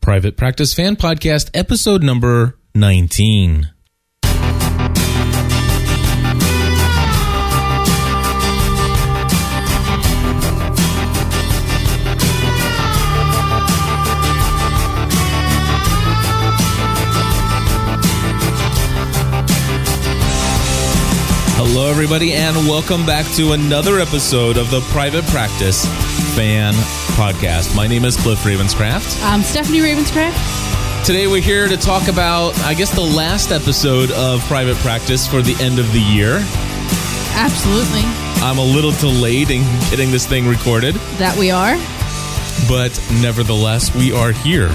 Private Practice Fan Podcast, episode number 19. Hello, everybody, and welcome back to another episode of the Private Practice Fan Podcast. My name is Cliff Ravenscraft. Um, Stephanie Ravenscraft. Today we're here to talk about, I guess, the last episode of Private Practice for the end of the year. Absolutely. I'm a little delayed in getting this thing recorded, That we are. but nevertheless, we are here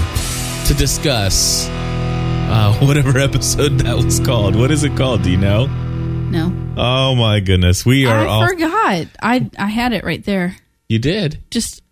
to discuss uh, whatever episode that was called. What is it called? Do you know? No. Oh my goodness, we are I off. forgot. I I had it right there. You did. Just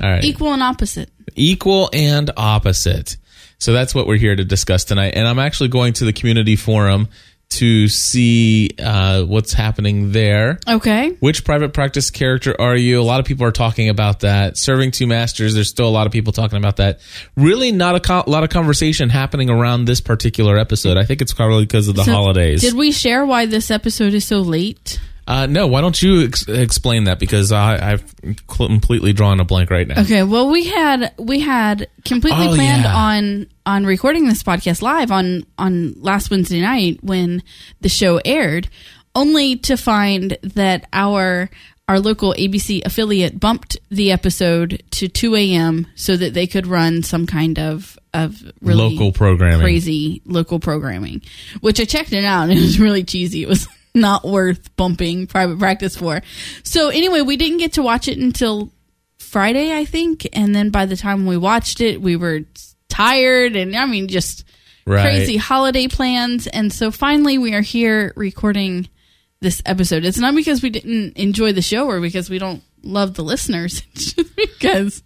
All right. equal and opposite. equal and opposite. So that's what we're here to discuss tonight. And I'm actually going to the community forum to see uh, what's happening there. Okay. Which private practice character are you? A lot of people are talking about that. Serving two masters, there's still a lot of people talking about that. Really, not a co- lot of conversation happening around this particular episode. I think it's probably because of the So, holidays. Did we share why this episode is so late? uh, no, why don't you ex- explain that? Because I, I've completely drawn a blank right now. Okay. Well, we had we had completely Oh, planned yeah. on on recording this podcast live on on last Wednesday night when the show aired, only to find that our our local ABC affiliate bumped the episode to 2 a.m. so that they could run some kind of of really Local programming. crazy local programming, which I checked it out and it was really cheesy. It was not worth bumping private practice for. So anyway, we didn't get to watch it until Friday, I think, and then by the time we watched it, we were tired and I mean just Right. crazy holiday plans and so finally we are here recording this episode. It's not because we didn't enjoy the show or because we don't love the listeners, it's just because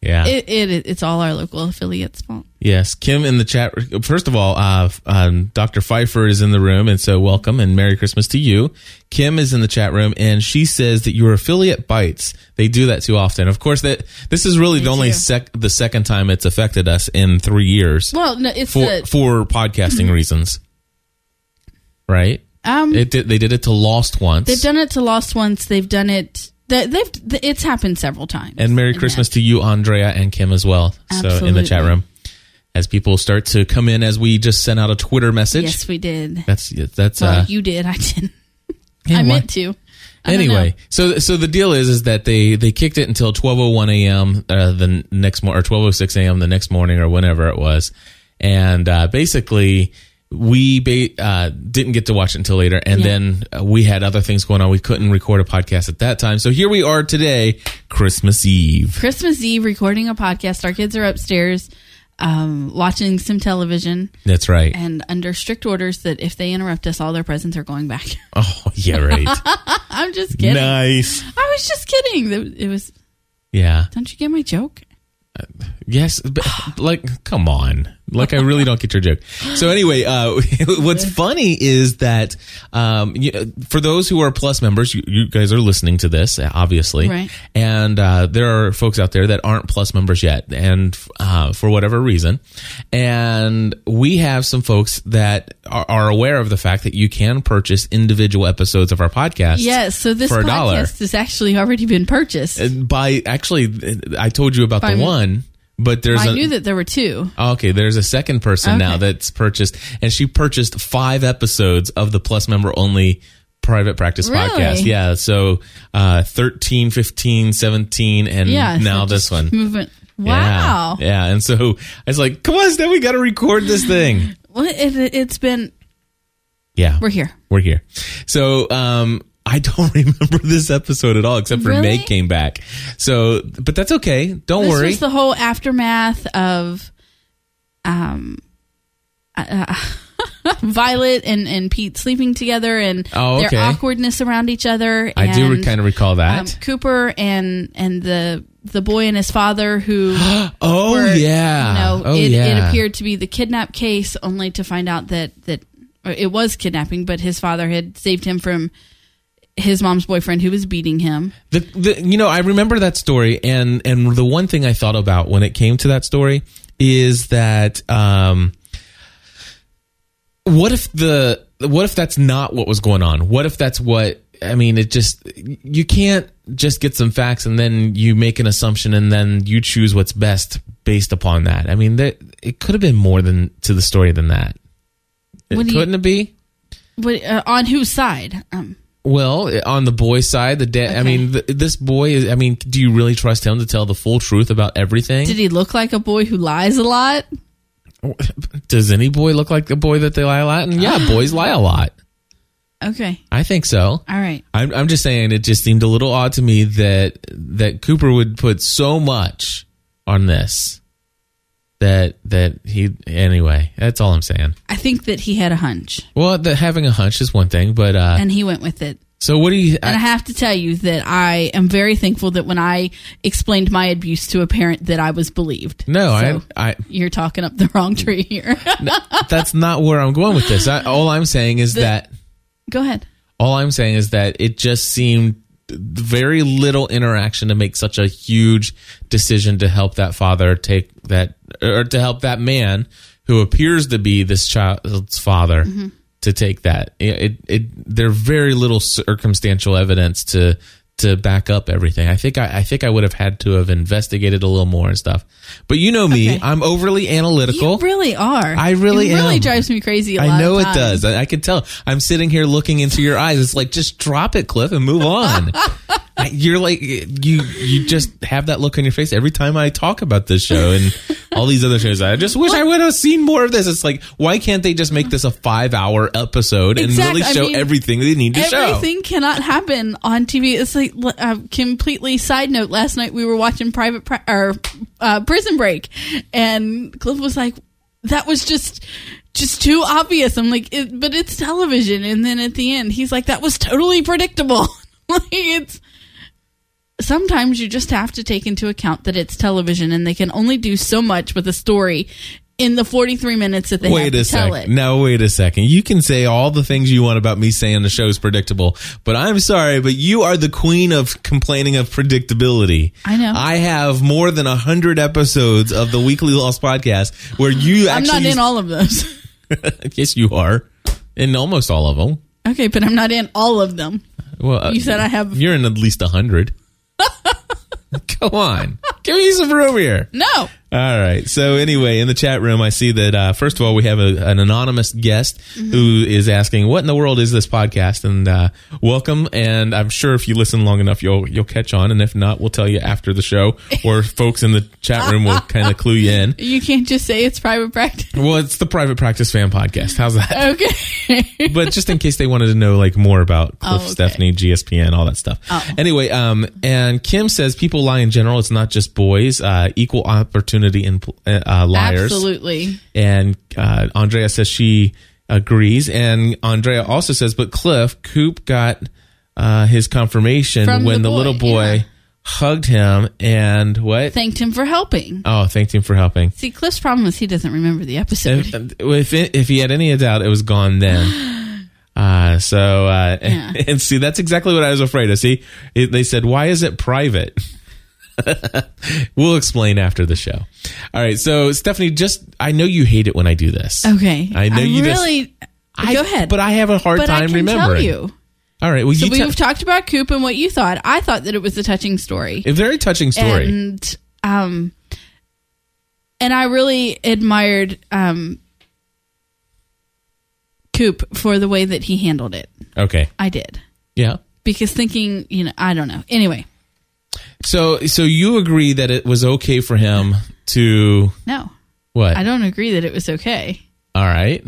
Yeah. it, it it's all our local affiliates' fault. Yes, Kim in the chat. First of all, uh, f- um, Dr. Pfeiffer is in the room, and so welcome and Merry Christmas to you. Kim is in the chat room, and she says that your affiliate bites. They do that too often. Of course, that this is really the only do. sec- the second time it's affected us in three years Well, no, it's for the Mm-hmm. for podcasting reasons, right? um It did, they did it to Lost once, They've done it to Lost once. They've done it. They, they've. th- It's happened several times. and Merry that. Christmas to you, Andrea and Kim as well. So in the chat Absolutely. room, as people start to come in, as we just sent out a Twitter message. Yes, we did. That's that's Well, uh, you did. I didn't. Yeah, I why- meant to. I don't anyway. know. So so the deal is is that they they kicked it until twelve oh one a.m. Uh, the next morning or twelve oh six a.m. the next morning or whenever it was, and uh, basically we ba- uh, didn't get to watch it until later, and Yeah. then uh, we had other things going on. We couldn't record a podcast at that time, so here we are today, Christmas Eve. Christmas Eve, recording a podcast. Our kids are upstairs, um, watching some television, That's right. and under strict orders that if they interrupt us, all their presents are going back. Oh yeah, right. I'm just kidding. nice. I was just kidding. It was. Yeah. Don't you get my joke? Yes, but like, come on. Like, I really don't get your joke. So anyway, uh, what's funny is that um, you, for those who are Plus members, you, you guys are listening to this, obviously, Right. and uh, there are folks out there that aren't Plus members yet, and uh, for whatever reason, and we have some folks that are, are aware of the fact that you can purchase individual episodes of our podcast. Yes. So this For a podcast dollar. has actually already been purchased. by actually, I told you about By the me. one. But there's I a, knew that there were two. Okay, there's a second person now Okay. that's purchased, and she purchased five episodes of the Plus member only private practice Really? podcast. Yeah, so uh, 13, 15, 17, and Yeah. so Mm, now this just one. Movement. Yeah. Wow. Yeah, and so I was like, come on, Steph, we got to record this thing. Well, it, it, it's been. Yeah, We're here. we're here. So, um, I don't remember this episode at all, except for Really? Meg came back. So, but that's okay. Don't This worry. was the whole aftermath of, um, uh, Violet and and Pete sleeping together and Oh, okay. their awkwardness around each other. I do and, kind of recall um, that. Cooper and and the the boy and his father who. oh were, yeah. You know, oh it, yeah. it appeared to be the kidnap case, only to find out that that or it was kidnapping, but his father had saved him from his mom's boyfriend who was beating him. The, the you know I remember that story and and the one thing I thought about when it came to that story is that um, what if the what if that's not what was going on? What if that's what I mean? It just you can't just get some facts and then you make an assumption and then you choose what's best based upon that. I mean, that it could have been more than to the story than that. It, What do you- couldn't it be? What, uh, on whose side? Um, Well, on the boy side, the dad. I Okay. mean, th- this boy is. I mean, do you really trust him to tell the full truth about everything? did he look like a boy who lies a lot? Does any boy look like the boy that they lie a lot? And yeah, boys lie a lot. Okay. I think so. All right. I'm, I'm just saying it just seemed a little odd to me that that Cooper would put so much on this that that he anyway. That's all I'm saying. I think that he had a hunch Well, the, having a hunch is one thing, but uh, and he went with it. so what do you? And I have to tell you that I am very thankful that when I explained my abuse to a parent that I was believed. no, So, I, I you're talking up the wrong tree here. that's not where I'm going with this. I, all I'm saying is that Go ahead. all I'm saying is that it just seemed very little interaction to make such a huge decision to help that father take that or to help that man who appears to be this child's father Mm-hmm. to take that. It, it, it there very little circumstantial evidence to to back up everything. I think I, I think I would have had to have investigated a little more and stuff. But you know me, Okay. I'm overly analytical. You really are. I really it really am. drives me crazy. I I know it does. I, I can tell. I'm sitting here looking into your eyes. It's like just drop it, Cliff, and move on. I- You're like you. You just have that look on your face every time I talk about this show and all these other shows. I just wish I would have seen more of this. It's like why can't they just make this a five hour episode and Exact- I really show mean, everything they need to show? Everything cannot happen on TV. It's like l- uh, completely side note. Last night we were watching Private Pri- or uh, Prison Break, and Cliff was like, "That was just." Just too obvious. I'm like, it, but it's television. And then at the end, he's like, "That was totally predictable." like it's sometimes you just have to take into account that it's television, and they can only do so much with a story in the 43 minutes that they have Wait to a tell second. it. Now wait a second. You can say all the things you want about me saying the show is predictable, but I'm sorry, but you are the queen of complaining of predictability. I know. I have more than a hundred episodes of the Weekly Lost podcast where you I'm actually. not in all of those. yes, you are. In almost all of them. Okay, but I'm not in all of them. Well, uh, You said I have- You're in at least a hundred. Come on, give me some room here. No. All right. So anyway, in the chat room, I see that uh, first of all we have a, an anonymous guest who is asking, "What in the world is this podcast?" And uh, welcome. And I'm sure if you listen long enough, you'll you'll catch on. And if not, we'll tell you after the show, or folks in the chat room will kind of clue you in. You can't just say it's private practice. Well, it's the Private Practice Fan Podcast. How's that? Okay. but just in case they wanted to know like more about Cliff, Oh, okay. Stephanie, GSPN, all that stuff. Anyway, um, and Kim says people lie in general. It's not just boys. Uh, equal opportunity in uh, liars. Absolutely. And uh, Andrea says she agrees. And Andrea also says, but Cliff, Coop got uh, his confirmation From when the, the boy, little boy yeah. hugged him and what? Thanked him for helping. oh, thanked him for helping. See, Cliff's problem is he doesn't remember the episode. If, if, if he had any doubt, it was gone then. Uh, so, uh, Yeah. and see, that's exactly what I was afraid of. See, it, they said, why is it private? we'll explain after the show. All right. So, Stephanie, just, I know you hate it when I do this. Okay. I know I'm you just- really. I- Go ahead. But I have a hard But time I can remembering. tell you. All right. Well, So you we've tell talked about Coop and what you thought. I thought that it was a touching story. a very touching story. And um and I really admired um Coop for the way that he handled it. okay. I did. Yeah. Because thinking, you know, I don't know. Anyway, So, so you agree that it was okay for him to no. what? I don't agree that it was okay All right.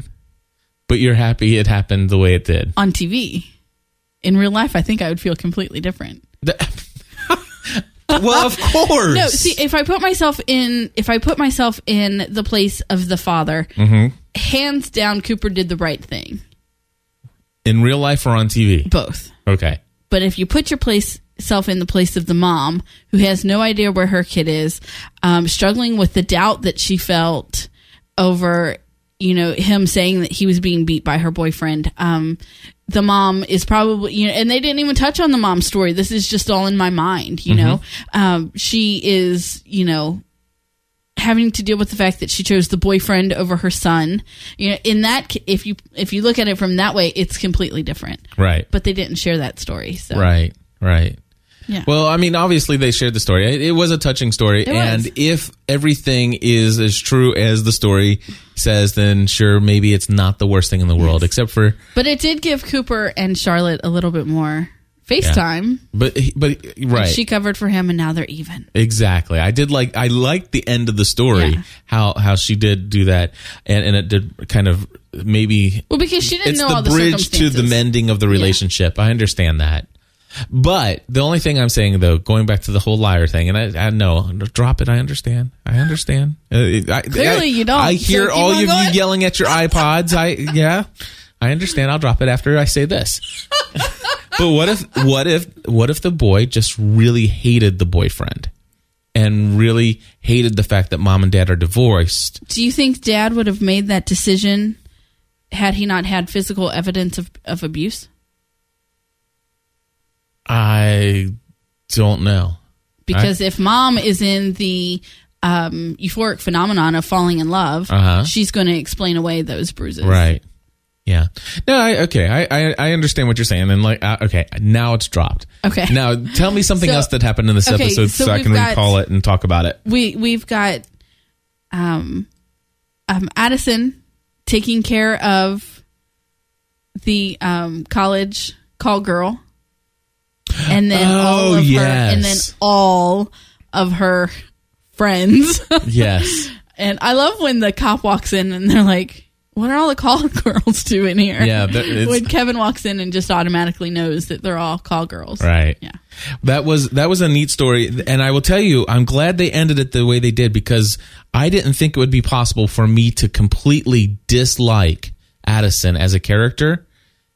But you're happy it happened the way it did. on TV. In real life, I think I would feel completely different. well, of course. No, see, if I put myself in, if I put myself in the place of the father, Mm-hmm. hands down, Cooper did the right thing. in real life or on TV? Both. Okay. But if you put your place self in the place of the mom who has no idea where her kid is, um, struggling with the doubt that she felt over, you know, him saying that he was being beat by her boyfriend. Um, the mom is probably, you know, and they didn't even touch on the mom story. This is just all in my mind, you know. Um, she is, you know, having to deal with the fact that she chose the boyfriend over her son. You know, in that c- if you if you look at it from that way, it's completely different. Right. But they didn't share that story. So Right. Right. Yeah. Well, I mean, obviously they shared the story. It, it was a touching story, was. and if everything is as true as the story says, then sure, maybe it's not the worst thing in the world, except for but it did give Cooper and Charlotte a little bit more FaceTime. but but right. She covered for him, and now they're even. Exactly. I did like I liked the end of the story Yeah. how how she did do that and and it did kind of maybe Well, because she didn't it's know the all the bridge to circumstances. the mending of the relationship. I understand that. But the only thing I'm saying though, going back to the whole liar thing, and I, I know, drop it. I understand. I understand. Uh, it- I- Clearly I- you don't, I so hear keep all on of you going. yelling at your iPods. I yeah, I understand. I'll drop it after I say this. but what if what if what if the boy just really hated the boyfriend and really hated the fact that mom and dad are divorced? Do you think Dad would have made that decision had he not had physical evidence of, of abuse? I don't know. Because if Mom is in the um, euphoric phenomenon of falling in love, Uh-huh. she's going to explain away those bruises. Right. Yeah. No. I, okay. I, I I understand what you're saying. And like, uh, okay, now it's dropped. Okay. Now tell me something So- else that happened in this okay, episode so, so I we've can got- recall it and talk about it. We we've got um, um, Addison taking care of the um, college call girl, and then all Oh, of her, and then yes. all of her friends. Yes. And I love when the cop walks in and they're like, "What are all the call girls doing here?" Yeah, that- it's- when Kevin walks in and just automatically knows that they're all call girls. Right. Yeah. That was that was a neat story, and I will tell you, I'm glad they ended it the way they did because I didn't think it would be possible for me to completely dislike Addison as a character.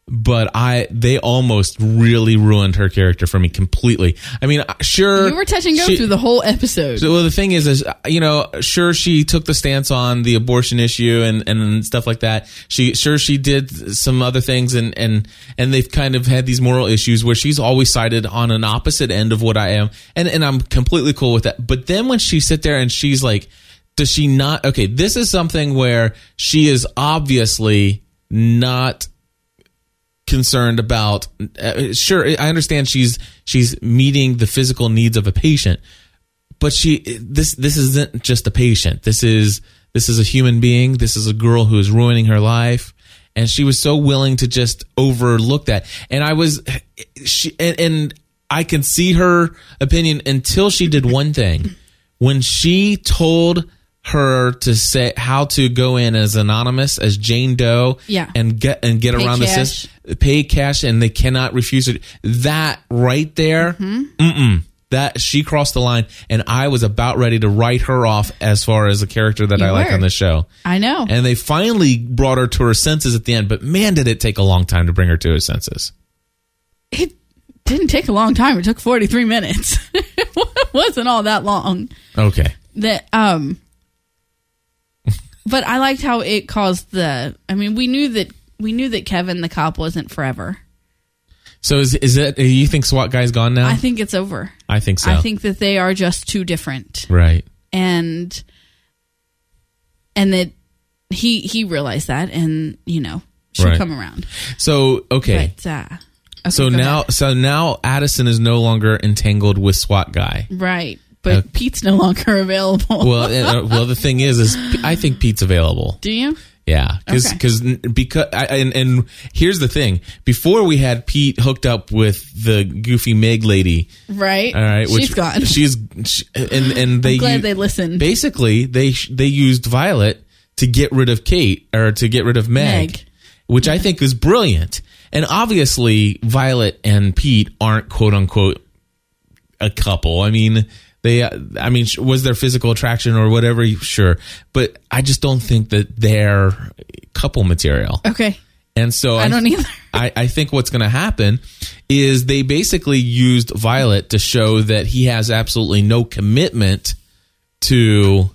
But I, they almost really ruined her character for me completely. I mean, uh, sure, You were touch and go she- through the whole episode. So, well, the thing is, is uh, you know, sure she took the stance on the abortion issue and and stuff like that. She sure she did some other things, and and and they've kind of had these moral issues where she's always sided on an opposite end of what I am, and and I'm completely cool with that. But then when she sit there and she's like, does she not? Okay, this is something where she is obviously not concerned about uh, sure i understand she's she's meeting the physical needs of a patient but she this this isn't just a patient this is this is a human being this is a girl who is ruining her life and she was so willing to just overlook that and i was she and, and i can see her opinion until she did one thing when she told her to say how to go in as anonymous as jane doe Yeah. and get and get Pay around the cash. system pay cash and they cannot refuse it that right there Mm-hmm. mm-mm, that she crossed the line and i was about ready to write her off as far as a character that You i like were. on the show I know. and they finally brought her to her senses at the end but man did it take a long time to bring her to her senses it didn't take a long time. It took 43 minutes. it wasn't all that long. okay That um but I liked how it caused the I mean, we knew that we knew that Kevin the cop wasn't forever. so is is it you think swat guy's gone now I think it's over. I think so I think that they are just too different. right and and that he he realized that and you know she'll Right. come around so okay but uh okay, so go now ahead. so now addison is no longer entangled with swat guy right but Okay. pete's no longer available Uh, well uh, well the thing is is i think pete's available do you Yeah, because Okay. because I, I- and and here's the thing: before we had Pete hooked up with the goofy Meg lady. right All right, which she's gone She's she, and and they u- glad they listened. Mm-hmm. Basically, they sh- they used Violet to get rid of Kate or to get rid of Meg, Meg. which I think is brilliant. And obviously, Violet and Pete aren't quote unquote a couple. I mean, they, uh, I mean, sh- was there physical attraction or whatever? Sure. But I just don't think that they're couple material. okay And so I don't either. I, I think what's going to happen is they basically used Violet to show that he has absolutely no commitment to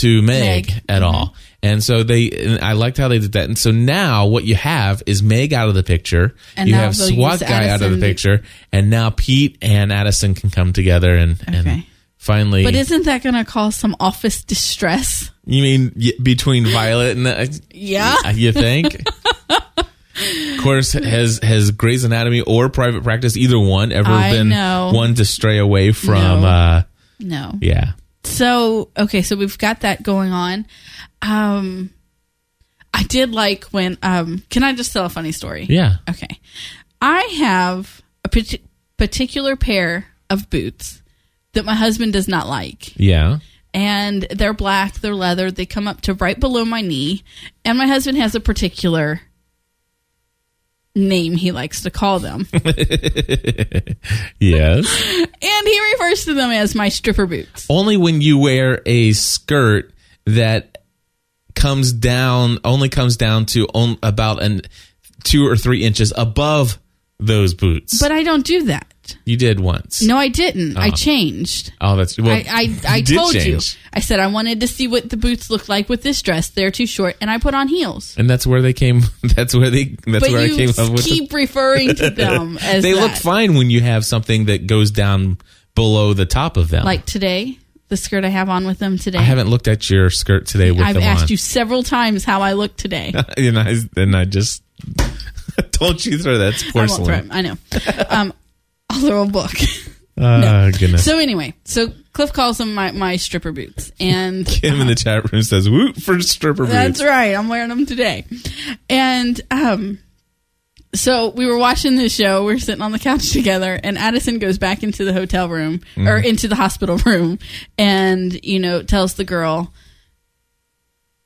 to Meg, Meg. Mm-hmm. at all. And so they, and I liked how they did that. And so now what you have is Meg out of the picture, And you now have they'll SWAT use guy out of the Addison. picture, and now Pete and Addison can come together and, Okay. and finally. But isn't that going to cause some office distress? you mean y- between Violet and the, Yeah. you think? of course, has has Grey's Anatomy or Private Practice, either one, ever I been know. one to stray away from? No. Uh, No. yeah, So okay, so we've got that going on. Um, I did like when. Um, can I just tell a funny story? yeah. Okay. I have a parti- particular pair of boots that my husband does not like. Yeah. And they're black, they're leather, they come up to right below my knee. And my husband has a particular name he likes to call them. Yes. and he refers to them as my stripper boots. only when you wear a skirt that comes down, only comes down to on, about an two or three inches above those boots. But I don't do that. you did once. No, I didn't. I changed. Oh, that's Uh-huh. well. I, I, I did told change. you. I said I wanted to see what the boots looked like with this dress. They're too short, and I put on heels. and that's where they came. That's where they. That's but where I you came up with. keep referring to them as they that. look fine when you have something that goes down below the top of them. Like today, the skirt I have on with them today. I haven't looked at your skirt today with I've them asked on. you several times how I look today. and I and I just told you throw that's I won't throw him. porcelain. I know. Um, I'll throw a book. Ah, goodness. so anyway, so Cliff calls them my, my stripper boots, and Kim in the chat room says, "Woot for stripper boots." That's right. I'm wearing them today. And um, so we were watching this show. We are sitting on the couch together, and Addison goes back into the hotel room Mm-hmm. or into the hospital room, and you know tells the girl.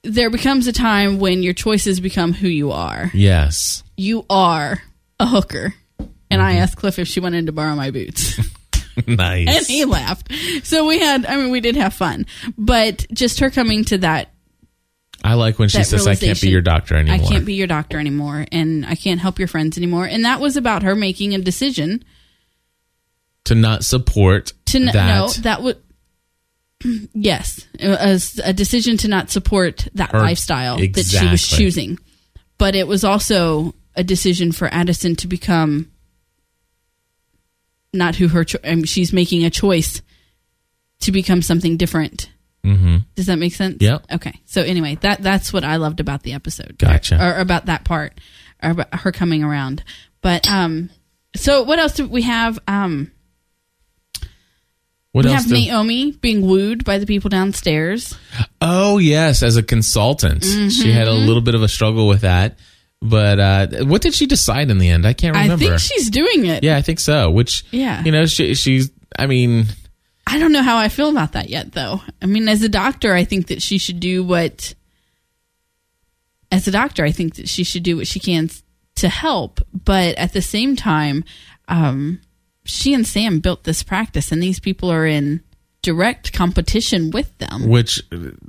There becomes a time when your choices become who you are. Yes. You are a hooker. Mm-hmm. And I asked Cliff if she wanted to borrow my boots. nice. and he laughed. So we had, I mean, we did have fun. But just her coming to that I like when she that says, "I can't be realization, your doctor anymore." I can't be your doctor anymore, and I can't help your friends anymore. And that was about her making a decision to not support to n- that no, that would yes, a, a s- a decision to not support that Her- lifestyle that she was exactly. choosing. But it was also a decision for Addison to become not who her cho- I mean, she's making a choice to become something different. Mhm. Does that make sense? Yep. Okay. So anyway, that that's what I loved about the episode. Gotcha. Or, about that part, or about her coming around. But um, so what else do we have? Um, What we else? have do- Naomi being wooed by the people downstairs. oh yes, as a consultant, she had a Mm-hmm. little bit of a struggle with that. But uh, what did she decide in the end? I can't remember. I think she's doing it. yeah, I think so. Which Yeah. you know, she she's. I mean, I don't know how I feel about that yet, though. I mean, as a doctor, I think that she should do what. As a doctor, I think that she should do what she can s- to help, but at the same time, um, she and Sam built this practice, and these people are in direct competition with them. which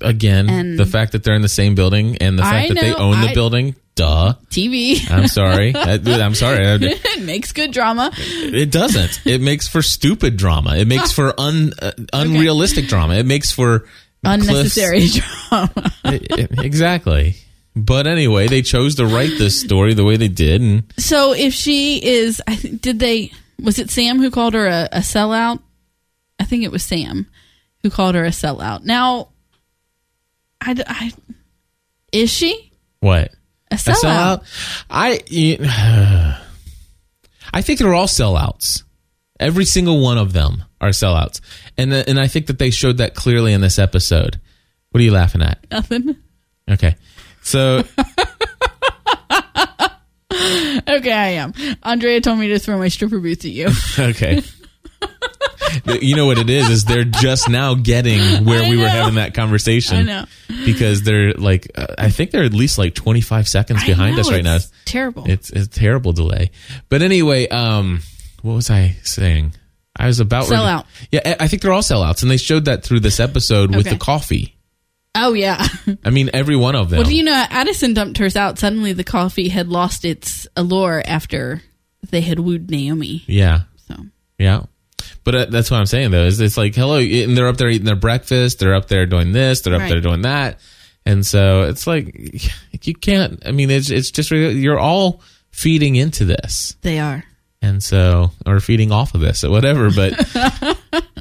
again, And- the fact that they're in the same building and the I fact that they know, own the I- building, duh. TV I'm sorry. I, am sorry. Uh, it makes good drama. It doesn't. It makes for stupid drama. It makes for un uh, unrealistic drama. It makes for Unnecessary drama. Cliff's- I- I- exactly. But anyway, they chose to write this story the way they did, and So if she is, I th- did they? Was it Sam who called her a, a sellout? I think it was Sam who called her a sellout. Now, I, d- I- is she what A a sellout? sellout? I I think they're all sellouts. Every single one of them are sellouts, and the, and I think that they showed that clearly in this episode. What are you laughing at? Nothing. Okay, so Okay, I am. Andrea told me to throw my stripper boots at you. Okay. you know what it is is they're just now getting where I we were know. having that conversation I know. because they're like uh, I think they're at least like 25 seconds behind I us know, right now. it's Terrible. It's a terrible delay. But anyway, um what was I saying? I was about ready- Sellout. Yeah, I I think they're all sellouts and they showed that through this episode with Okay. the coffee. oh yeah. I mean, every one of them. Well, do you know Addison dumped hers out? Suddenly, the coffee had lost its allure after they had wooed Naomi. yeah. So Yeah. But uh, that's what I'm saying though. Is it's like hello, and they're up there eating their breakfast. They're up there doing this. They're up Right. there doing that. And so it's like you can't. I mean, it's it's just really- you're all feeding into this. they are. and so or feeding off of this or whatever. But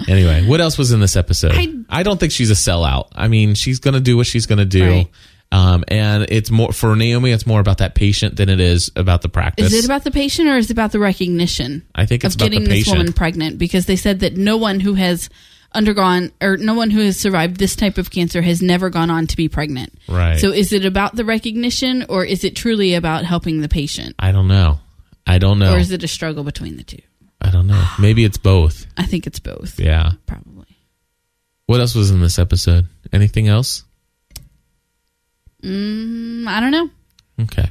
anyway, what else was in this episode? I- I, don't think she's a sellout. I mean, she's going to do what she's going to do. Right. Um, and it's more for Naomi. It's more about that patient than it is about the practice. Is it about the patient or is it about the recognition I think it's of about getting the this patient. woman pregnant? Because they said that no one who has undergone or no one who has survived this type of cancer has never gone on to be pregnant. Right. So is it about the recognition or is it truly about helping the patient? I don't know. I don't know. Or is it a struggle between the two? I don't know. Maybe it's both. I think it's both. Yeah. Probably. What else was in this episode? Anything else? Mm, I don't know. Okay.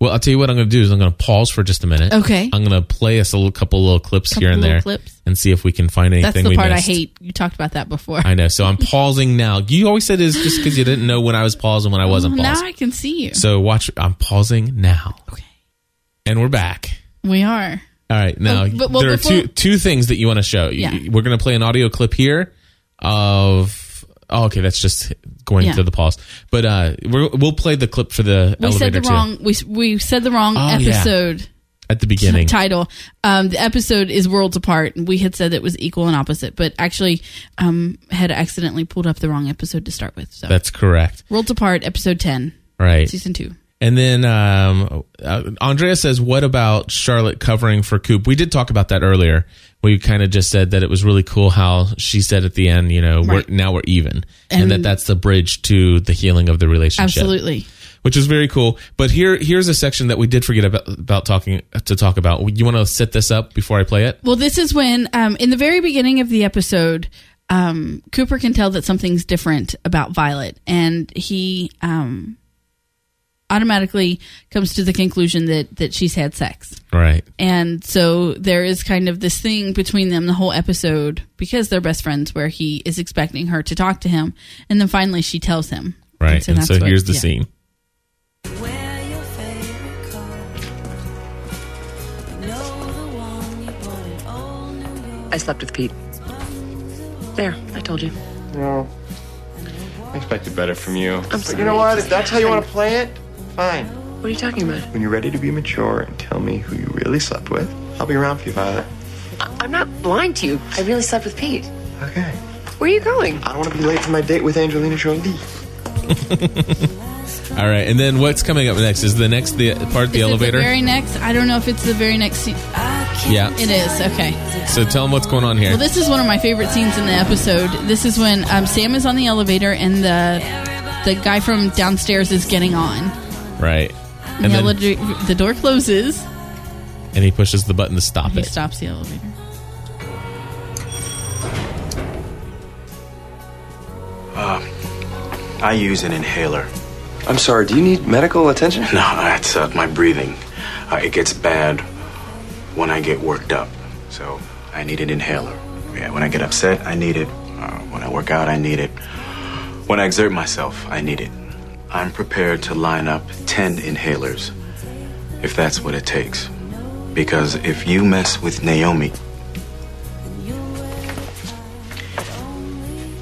Well, I'll tell you what I'm going to do is I'm going to pause for just a minute. Okay. I'm going to play us a little, couple little clips here and Couple little there clips. and see if we can find anything That's the we part I missed. hate. You talked about that before. I know. So I'm pausing now. You always said it's just because you didn't know when I was pausing when I wasn't Well, now pausing. I can see you. So watch. I'm pausing now, okay. and we're back. We are. All right. Now Oh, but- well, there before- are two two things that you want to show. You- Yeah. We're going to play an audio clip here of. Oh, okay, that's just going Yeah. to the pause. But uh, we're, we'll play the clip for the We said elevator the too wrong we, we said the wrong Oh, yeah. episode. at the beginning. title. Um, the episode is Worlds Apart, and we had said it was equal and opposite, but actually um, had accidentally pulled up the wrong episode to start with. So That's correct. Worlds Apart, episode 10, Right. season 2. And then um, uh, Andrea says, "What about Charlotte covering for Coop?" We did talk about that earlier. We kind of just said that it was really cool how she said at the end, you know, Right. we're, now we're even, and, And- that that's the bridge to the healing of the relationship, Absolutely. which is very cool. But here, here's a section that we did forget about, about talking to talk about. You want to set this up before I play it? Well, this is when, um, in the very beginning of the episode, um, Cooper can tell that something's different about Violet, and he um, automatically comes to the conclusion that, that she's had sex. Right. And so there is kind of this thing between them the whole episode because they're best friends where he is expecting her to talk to him. And then finally she tells him. Right. and that's so what- here's the yeah. scene. Wear your favorite coat. You know the one you bought in old New York. I slept with Pete. There, I told you. No. I expected better from you. I'm But sorry. you know what? If Just that's how you want to happened. play it, fine. What are you talking about? When you're ready to be mature and tell me who you really slept with, I'll be around for you, Violet. I- I'm not lying to you. I really slept with Pete. Okay. Where are you going? I don't want to be late for my date with Angelina Jolie. All right. And then what's coming up next is the next the part, the Is it elevator. The very next. I don't know if it's the very next scene. yeah. It is. Okay. so tell them what's going on here. Well, this is one of my favorite scenes in the episode. This is when um, Sam is on the elevator and the the guy from downstairs is getting on. right. And the, elevator, the door closes. and he pushes the button to stop He it. stops the elevator. I use an inhaler. I'm sorry, do you need medical attention? No, that's uh, my breathing. Uh, it gets bad when I get worked up. So I need an inhaler. Yeah, when I get upset, I need it. Uh, when I work out, I need it. When I exert myself, I need it. I'm prepared to line up 10 inhalers if that's what it takes. Because if you mess with Naomi,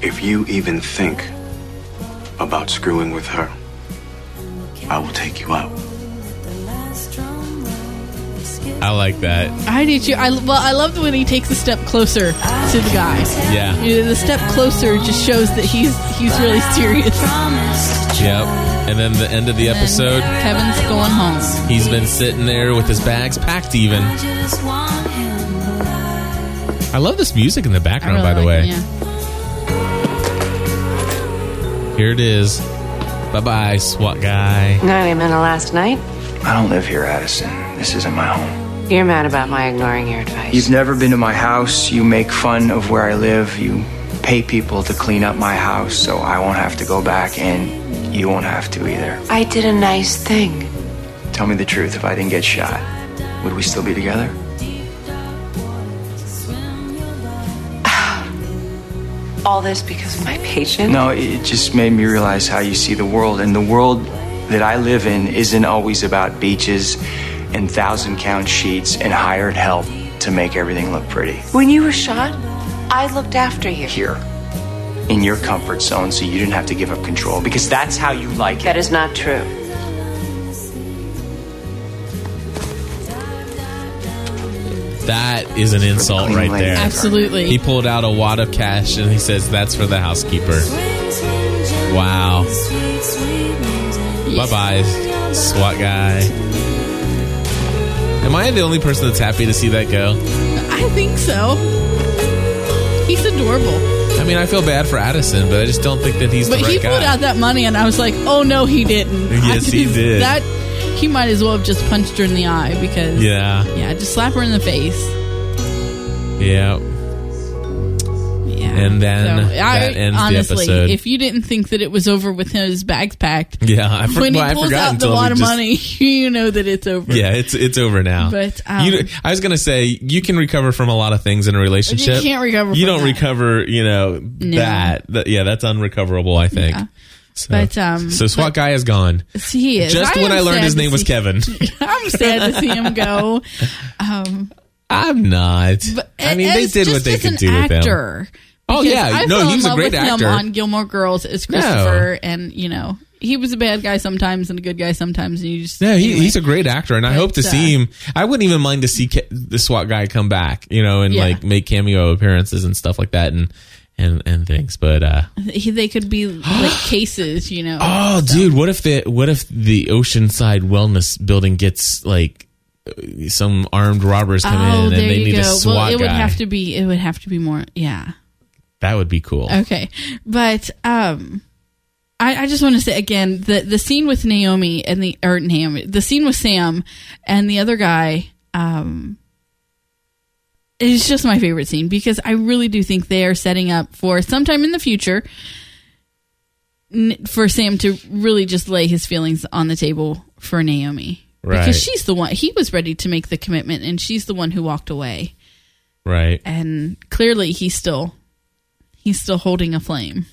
if you even think about screwing with her, I will take you out. I like that. I do too. I, well, I love when he takes a step closer to the guy. Yeah. You know, the step closer just shows that he's he's really serious. Yep. And then the end of the episode, Oh, Kevin's going home. he's been sitting there with his bags packed even. Just want him alive. I love this music in the I background, really by the like way. him, yeah. Here it is. Bye bye, SWAT guy. Not even the last night. I don't live here, Addison. This isn't my home. You're mad about my ignoring your advice. You've never been to my house. You make fun of where I live. You pay people to clean up my house so I won't have to go back and you won't have to either. I did a nice thing. Tell me the truth. If I didn't get shot, would we still be together? All this because of my patient. No, it just made me realize how you see the world. And the world that I live in isn't always about beaches and thousand count sheets and hired help to make everything look pretty. When you were shot, I looked after you. Here. In your comfort zone, so you didn't have to give up control because that's how you like it. That is not true. That is an insult right there. Absolutely. He pulled out a wad of cash and he says, "That's for the housekeeper." Wow. Wow. Sweet, sweet music. Bye bye, SWAT guy. Am I the only person that's happy to see that go? I think so. He's adorable. I mean, I feel bad for Addison, but I just don't think that he's But the right he pulled guy. out that money, and I was like, "Oh no, he didn't." Yes, I- he did. That he might as well have just punched her in the eye because yeah, yeah, just slap her in the face. yeah. Yeah, And then that ends the honestly, episode. if you didn't think that it was over with his bags packed, Yeah, I, for- when he well, I pulls forgot out the until we wad of just- money, you know that it's over. Yeah, it's it's over now. But, um, you, I was gonna say you can recover from a lot of things in a relationship. can't recover You from don't that. recover. You know that. That- Yeah, that's unrecoverable. I think. Yeah. So, But, um, so SWAT guy is gone. So he is. Just when am I learned sad his to name was see- Kevin, I'm sad to see him go. Um, I'm not. but I mean, they as- did just what they as could an do with him. actor, Oh, Because yeah. I No, fell he was a in love great with actor. Him on Gilmore Girls as Christopher, and you know he was a bad guy sometimes and a good guy sometimes, and you just No, he, anyway. he's a great actor, and I hope to But, uh, see him. I wouldn't even mind to see Ke- the SWAT guy come back, you know, and Yeah. like make cameo appearances and stuff like that, and and and things. But uh, he, they could be like cases, you know. Oh, dude, what if the what if the Oceanside Wellness Building gets like uh, some armed robbers come Oh, in and they need a SWAT well, it guy? would have to be. It would have to be more. Yeah. that would be cool. Okay. But um, I, I just want to say again the the scene with Naomi and the or Naomi the scene with Sam and the other guy. Um, it's just my favorite scene because I really do think they are setting up for sometime in the future n- for Sam to really just lay his feelings on the table for Naomi. Right. Because she's the one, he was ready to make the commitment and she's the one who walked away Right, and clearly he's still he's still holding a flame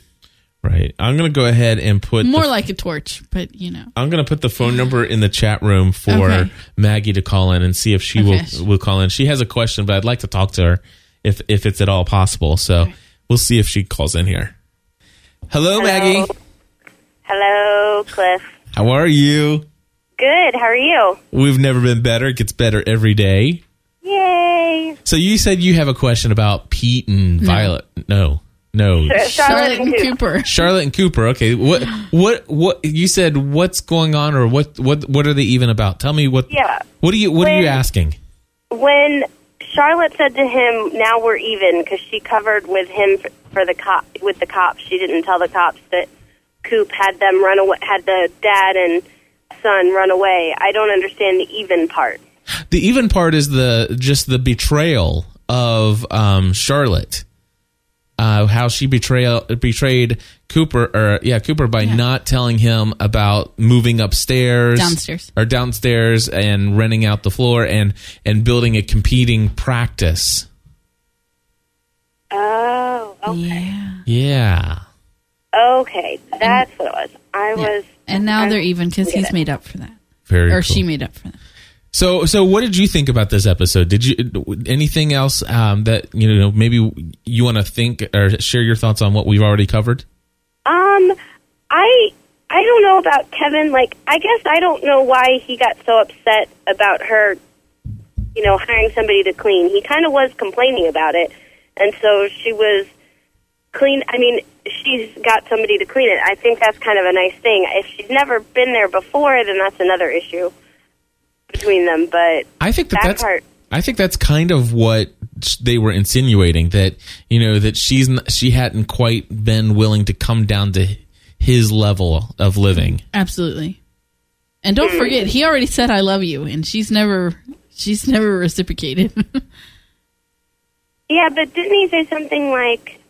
right. I'm gonna go ahead and put more the, like a torch but you know I'm gonna put the phone number in the chat room for Okay. Maggie to call in and see if she Okay. will will call in. She has a question, but I'd like to talk to her if if it's at all possible. So we'll see if she calls in here. Hello, Maggie. Hello, Cliff. How are you? Good. How are you? We've never been better. It gets better every day. Yay. So you said you have a question about Pete and Violet. No, no. Charlotte and Coop. cooper Charlotte and Cooper. Okay, what, what, what? You said what's going on, or what, what, what are they even about? Tell me what. Yeah. What are you? What are you When- asking? When Charlotte said to him, "Now we're even," because she covered with him f- for the cop with the cops. She didn't tell the cops that Coop had them run away, had the dad and son run away. I don't understand the even part. The even part is the just the betrayal of um, Charlotte. Uh, how she betrayal betrayed Cooper, or yeah, Cooper by not telling him about moving upstairs, Downstairs. or downstairs, and renting out the floor, and and building a competing practice. Oh, okay, yeah Yeah. okay, that's what it was. I was, and now I- they're even because Get he's it. made up for that Very or cool. she made up for that So, so what did you think about this episode? Did you anything else um, that you know maybe you want to think or share your thoughts on what we've already covered? Um, I I don't know about Kevin. Like, I guess I don't know why he got so upset about her. You know, hiring somebody to clean. He kind of was complaining about it, and so she was clean. I mean, she's got somebody to clean it. I think that's kind of a nice thing. If she's never been there before, then that's another issue between them. But I think that, That that's part. I think that's kind of what they were insinuating that you know that she's n- she hadn't quite been willing to come down to his level of living. absolutely and don't forget he already said i love you and she's never she's never reciprocated yeah, but didn't he say something like,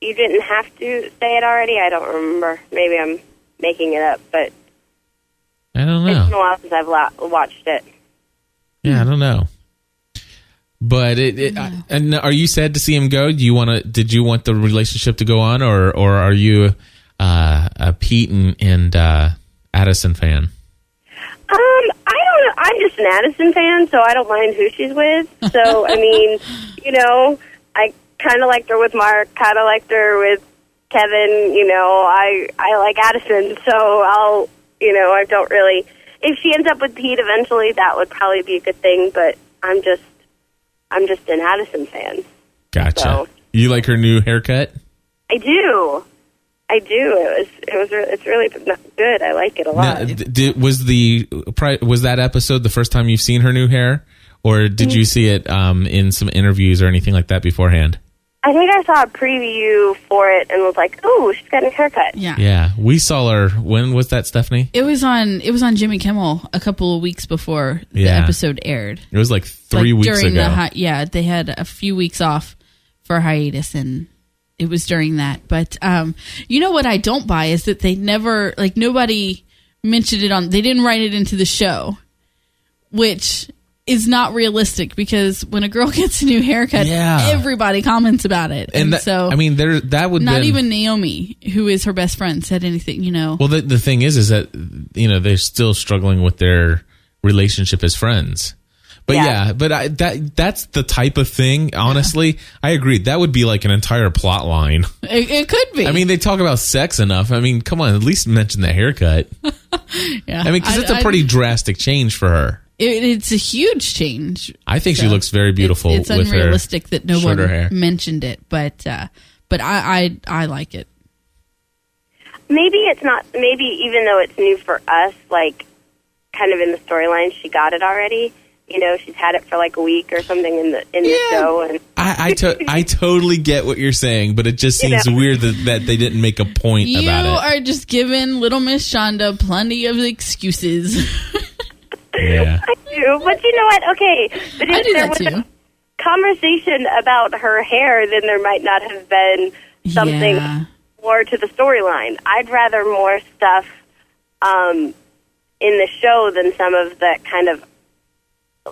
"You didn't have to say it already"? I don't remember. Maybe I'm making it up, but. I don't It's been a know. while since I've lo- watched it. Yeah, I don't know. But it, it I, and are you sad to see him go? Do you want to? Did you want the relationship to go on, or or are you uh, a Pete and, and uh, Addison fan? Um, I don't know. I'm just an Addison fan, so I don't mind who she's with. So, I mean, you know, I kind of liked her with Mark, kind of liked her with Kevin. You know, I I like Addison, so I'll, you know, I don't really. If she ends up with Pete eventually, that would probably be a good thing. But I'm just I'm just an Addison fan. Gotcha. So- You like her new haircut? I do. I do. It was. It was. re- It's really good. I like it a lot. Now, d- did, was the pri- was that episode the first time you've seen her new hair, or did you see it um, in some interviews or anything like that beforehand? I think I saw a preview for it and was like, "Ooh, she's got a haircut." Yeah. Yeah, we saw her. When was that, Stephanie? It was on it was on Jimmy Kimmel a couple of weeks before the Yeah. episode aired. It was like three Like, weeks during ago. The hi- yeah, they had a few weeks off for hiatus, and it was during that. But um, you know what I don't buy is that they never like nobody mentioned it on. They didn't write it into the show, which is not realistic because when a girl gets a new haircut, Yeah. everybody comments about it, and, and that, so I mean, there that would not been- even Naomi, who is her best friend, said anything. You know, Well, the, the thing is, is that you know they're still struggling with their relationship as friends. But yeah, but I, that that's the type of thing. Honestly, I agree. That would be like an entire plot line. it, it could be. I mean, they talk about sex enough. I mean, come on, at least mention the haircut. yeah. I mean, because it's a pretty drastic change for her. it, it's a huge change. I think she So, looks very beautiful It's, it's with her. unrealistic that no one shorter hair. mentioned it, but uh, but I, I I like it. Maybe it's not. Maybe even though it's new for us, like kind of in the storyline, she got it already. You know, she's had it for like a week or something in the in the Yeah. show, and I I, to- I totally get what you're saying, but it just You seems know. weird that, that they didn't make a point You about it. are just giving Little Miss Shonda plenty of excuses. yeah. I do. But you know what? Okay, but I if do there that was too. a conversation about her hair, then there might not have been something Yeah. more to the storyline. I'd rather more stuff um, in the show than some of that kind of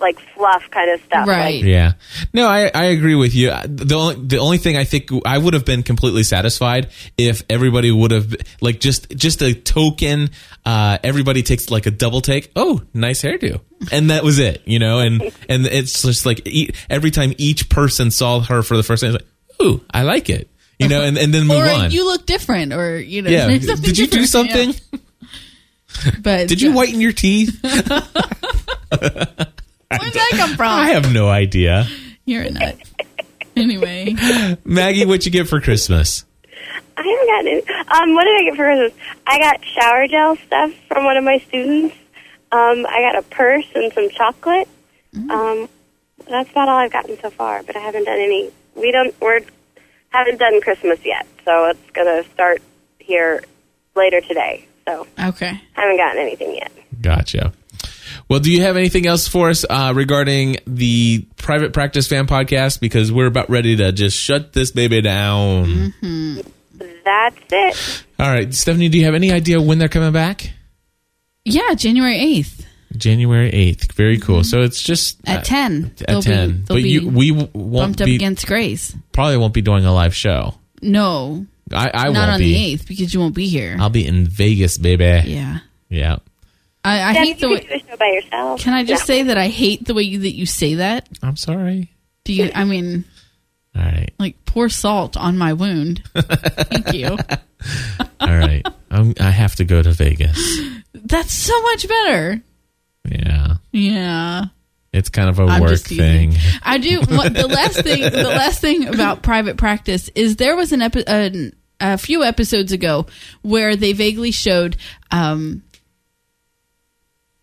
like fluff kind of stuff. Right. Like, Yeah. No, I, I agree with you. The only, the only thing I think I would have been completely satisfied if everybody would have like just just a token uh everybody takes like a double take. Oh, nice hairdo. And that was it, you know, and and it's just like e- every time each person saw her for the first time it's like, "Ooh, I like it." You know, and and then move or on. you look different, or you know, yeah. there's something Did you do different, yeah. something? But Did you yeah. whiten your teeth? Where'd that come from? I have no idea. You're a nut. Anyway, Maggie, what you get for Christmas? I haven't gotten. Any. Um, what did I get for Christmas? I got shower gel stuff from one of my students. Um, I got a purse and some chocolate. Um, that's about all I've gotten so far. But I haven't done any. We don't. We're haven't done Christmas yet, so it's gonna start here later today. So okay. haven't gotten anything yet. Gotcha. Well, do you have anything else for us uh, regarding the private practice fan podcast? Because we're about ready to just shut this baby down. Mm-hmm. That's it. All right, Stephanie, do you have any idea when they're coming back? Yeah, January eighth January eighth. Very cool. So it's just Mm-hmm. at uh, ten. At they'll ten, be, they'll but you, be we w- won't bumped up be against Grace. probably won't be doing a live show. No, I, I not won't on be. the eighth because you won't be here. I'll be in Vegas, baby. yeah, Yeah. I, I Dad, hate the you way. can do a show by yourself. Can I just say that I hate the way you, that you say that? I'm sorry. Do you? I mean, All right. like pour salt on my wound. Thank All you. right. I'm, I have to go to Vegas. That's so much better. Yeah. Yeah, It's kind of a I'm work just teasing. thing. I do. What, the last thing, the last thing about private practice is there was an epi- an, a few episodes ago where they vaguely showed um,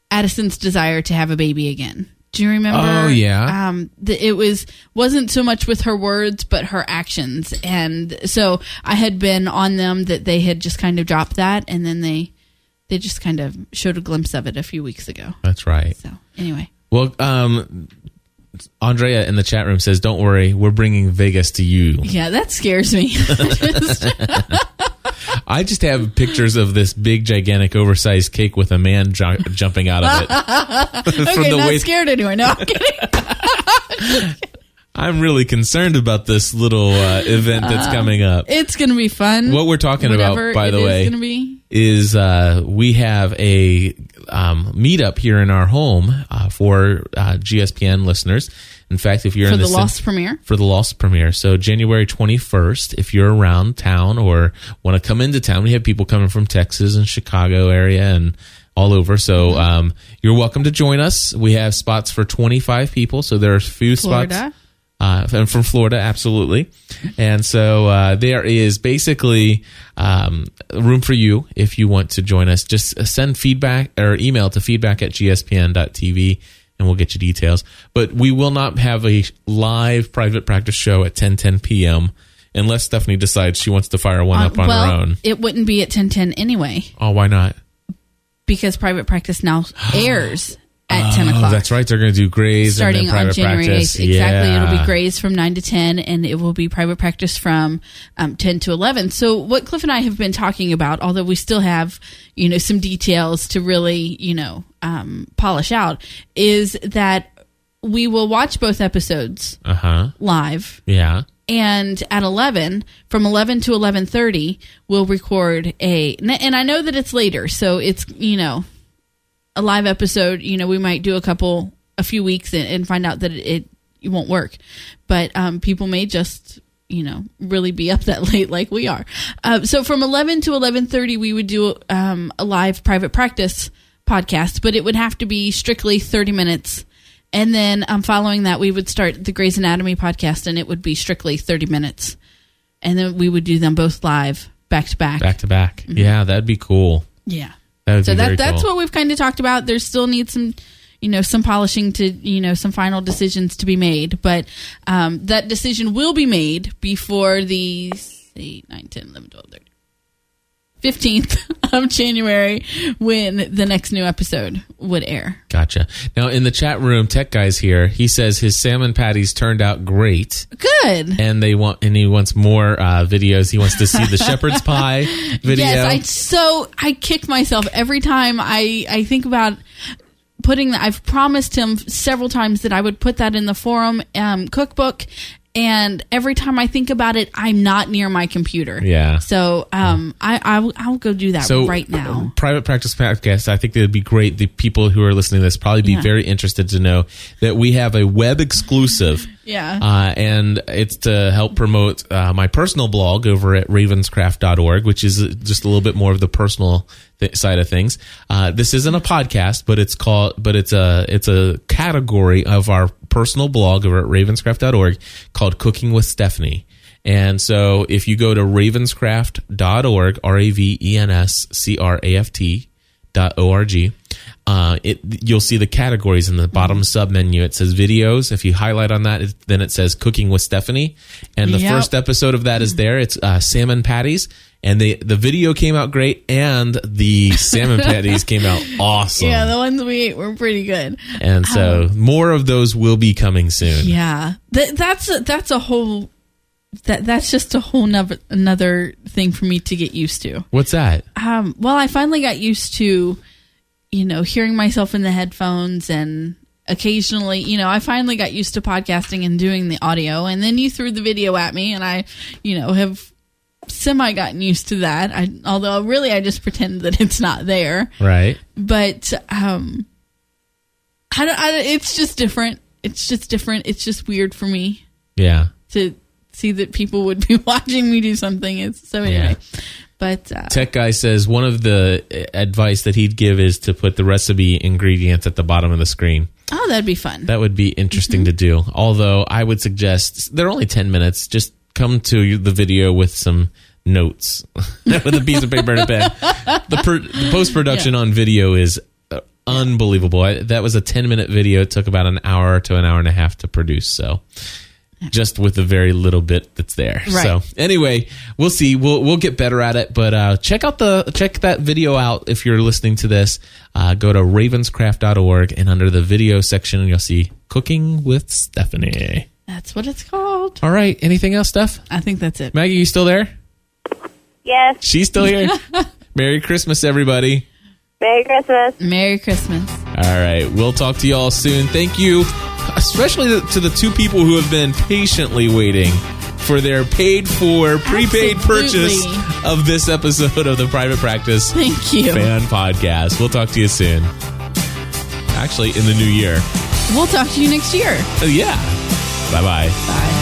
Addison's desire to have a baby again. Do you remember? Oh, yeah. Um, the, it was wasn't so much with her words, but her actions, and so I had been on them that they had just kind of dropped that, and then they they just kind of showed a glimpse of it a few weeks ago. That's right. So anyway, Well, um, Andrea in the chat room says, "Don't worry, we're bringing Vegas to you." yeah, that scares me. I just have pictures of this big, gigantic, oversized cake with a man ju- jumping out of it. From okay, the not waist- scared anyway. No, I'm kidding. I'm really concerned about this little uh, event that's coming up. it's gonna be fun. What we're talking Whatever about, by it the is way, gonna be is uh, we have a um, meetup here in our home uh, for uh, GSPN listeners. In fact, if you're for in the the lost premiere. for the Lost premiere. So January 21st, if you're around town or want to come into town, we have people coming from Texas and Chicago area and all over. So um, you're welcome to join us. We have spots for 25 people, so there are a few Florida. spots. Uh, I'm from Florida, absolutely. And so uh, there is basically um, room for you if you want to join us. Just send feedback or email to feedback at gspn.tv and we'll get you details. But we will not have a live private practice show at 10:10 p.m. unless Stephanie decides she wants to fire one up on Uh, well, her own. it wouldn't be at 1010 anyway Oh, why not? because private practice now airs at 10 Oh, o'clock. That's right. They're going to do Grays and Starting then private on January practice. 8th. Exactly. It'll Yeah. be Grays from 9 to 10, and it will be private practice from um, 10 to 11. So, what Cliff and I have been talking about, although we still have, you know, some details to really, you know, um, polish out, is that we will watch both episodes Uh huh. live Yeah. and at 11 from 11 to 11.30 we'll record a and i know that it's later so it's you know a live episode you know we might do a couple a few weeks and, and find out that it, it won't work but um, people may just you know really be up that late like we are uh, so from 11 to 11.30 we would do um, a live private practice podcast but it would have to be strictly 30 minutes and then um, following that, we would start the Grey's Anatomy podcast, and it would be strictly 30 minutes. And then we would do them both live, back to back. Back to back. Yeah, that'd be cool. Yeah. That would Mm-hmm. So be that very that's cool. what we've kind of talked about. There still needs some, you know, some polishing to, you know, some final decisions to be made. But um, that decision will be made before the 8, 9, 10, 11, 12, 13, 15th of January when the next new episode would air. Gotcha. Now in the chat room, tech guy's here. He says his salmon patties turned out great, Good. and they want and he wants more uh, videos. He wants to see the shepherd's pie video. Yes, I so I kick myself every time I I think about putting that. I've promised him several times that I would put that in the forum um, cookbook, and every time I think about it, I'm not near my computer. Yeah. So um, I I'll, I'll go do that so right uh, now. private practice podcast i think it would be great the people who are listening to this probably be Yeah. very interested to know that we have a web exclusive Yeah. uh, and it's to help promote uh, my personal blog over at ravenscraft.org which is uh, just a little bit more of the personal th- side of things uh, this isn't a podcast but it's called but it's a it's a category of our personal blog over at ravenscraft.org called cooking with stephanie and so if you go to ravenscraft.org, R A V E N S C R A F T dot O R G, uh, it, you'll see the categories in the bottom sub Mm-hmm. menu. It says videos. If you highlight on that, it, then it says cooking with Stephanie. And the Yep. first episode of that is there. It's uh, salmon patties. And the, the video came out great, and the salmon patties came out awesome. yeah, the ones we ate were pretty good. and so more of those will be coming soon. Yeah, Th- that's a, that's a whole that that's just a whole nother another thing for me to get used to. What's that? um, well, I finally got used to, you know, hearing myself in the headphones and occasionally, you know, I finally got used to podcasting and doing the audio. And then you threw the video at me, and I, you know, have semi gotten used to that. I, although really, I just pretend that it's not there. Right. But um, I don't. I, don't- it's just different. It's just different. It's just weird for me Yeah. to see that people would be watching me do something. It's so anyway. But uh, Tech guy says one of the uh, advice that he'd give is to put the recipe ingredients at the bottom of the screen. oh, that'd be fun. That would be interesting to do. Although I would suggest they're only 10 minutes. Just come to the video with some notes with a piece of paper and a pen. The, per, the post production on video is uh, unbelievable. I, that was a 10 minute video. It took about an hour to an hour and a half to produce. So just with the very little bit that's there. Right. So anyway, we'll see. We'll we'll get better at it. But uh, check out the check that video out if you're listening to this. Uh, go to ravenscraft.org and under the video section you'll see cooking with Stephanie. That's what it's called. All right. Anything else, Steph? I think that's it. Maggie, you still there? Yes. She's still here. Merry Christmas, everybody. Merry Christmas. Merry Christmas. All right. We'll talk to y'all soon. Thank you, especially to- to the two people who have been patiently waiting for their paid for, prepaid purchase Absolutely. of this episode of the Private Practice Thank you. Fan Podcast. We'll talk to you soon. Actually, in the new year. We'll talk to you next year. Oh, yeah. Bye bye. Bye.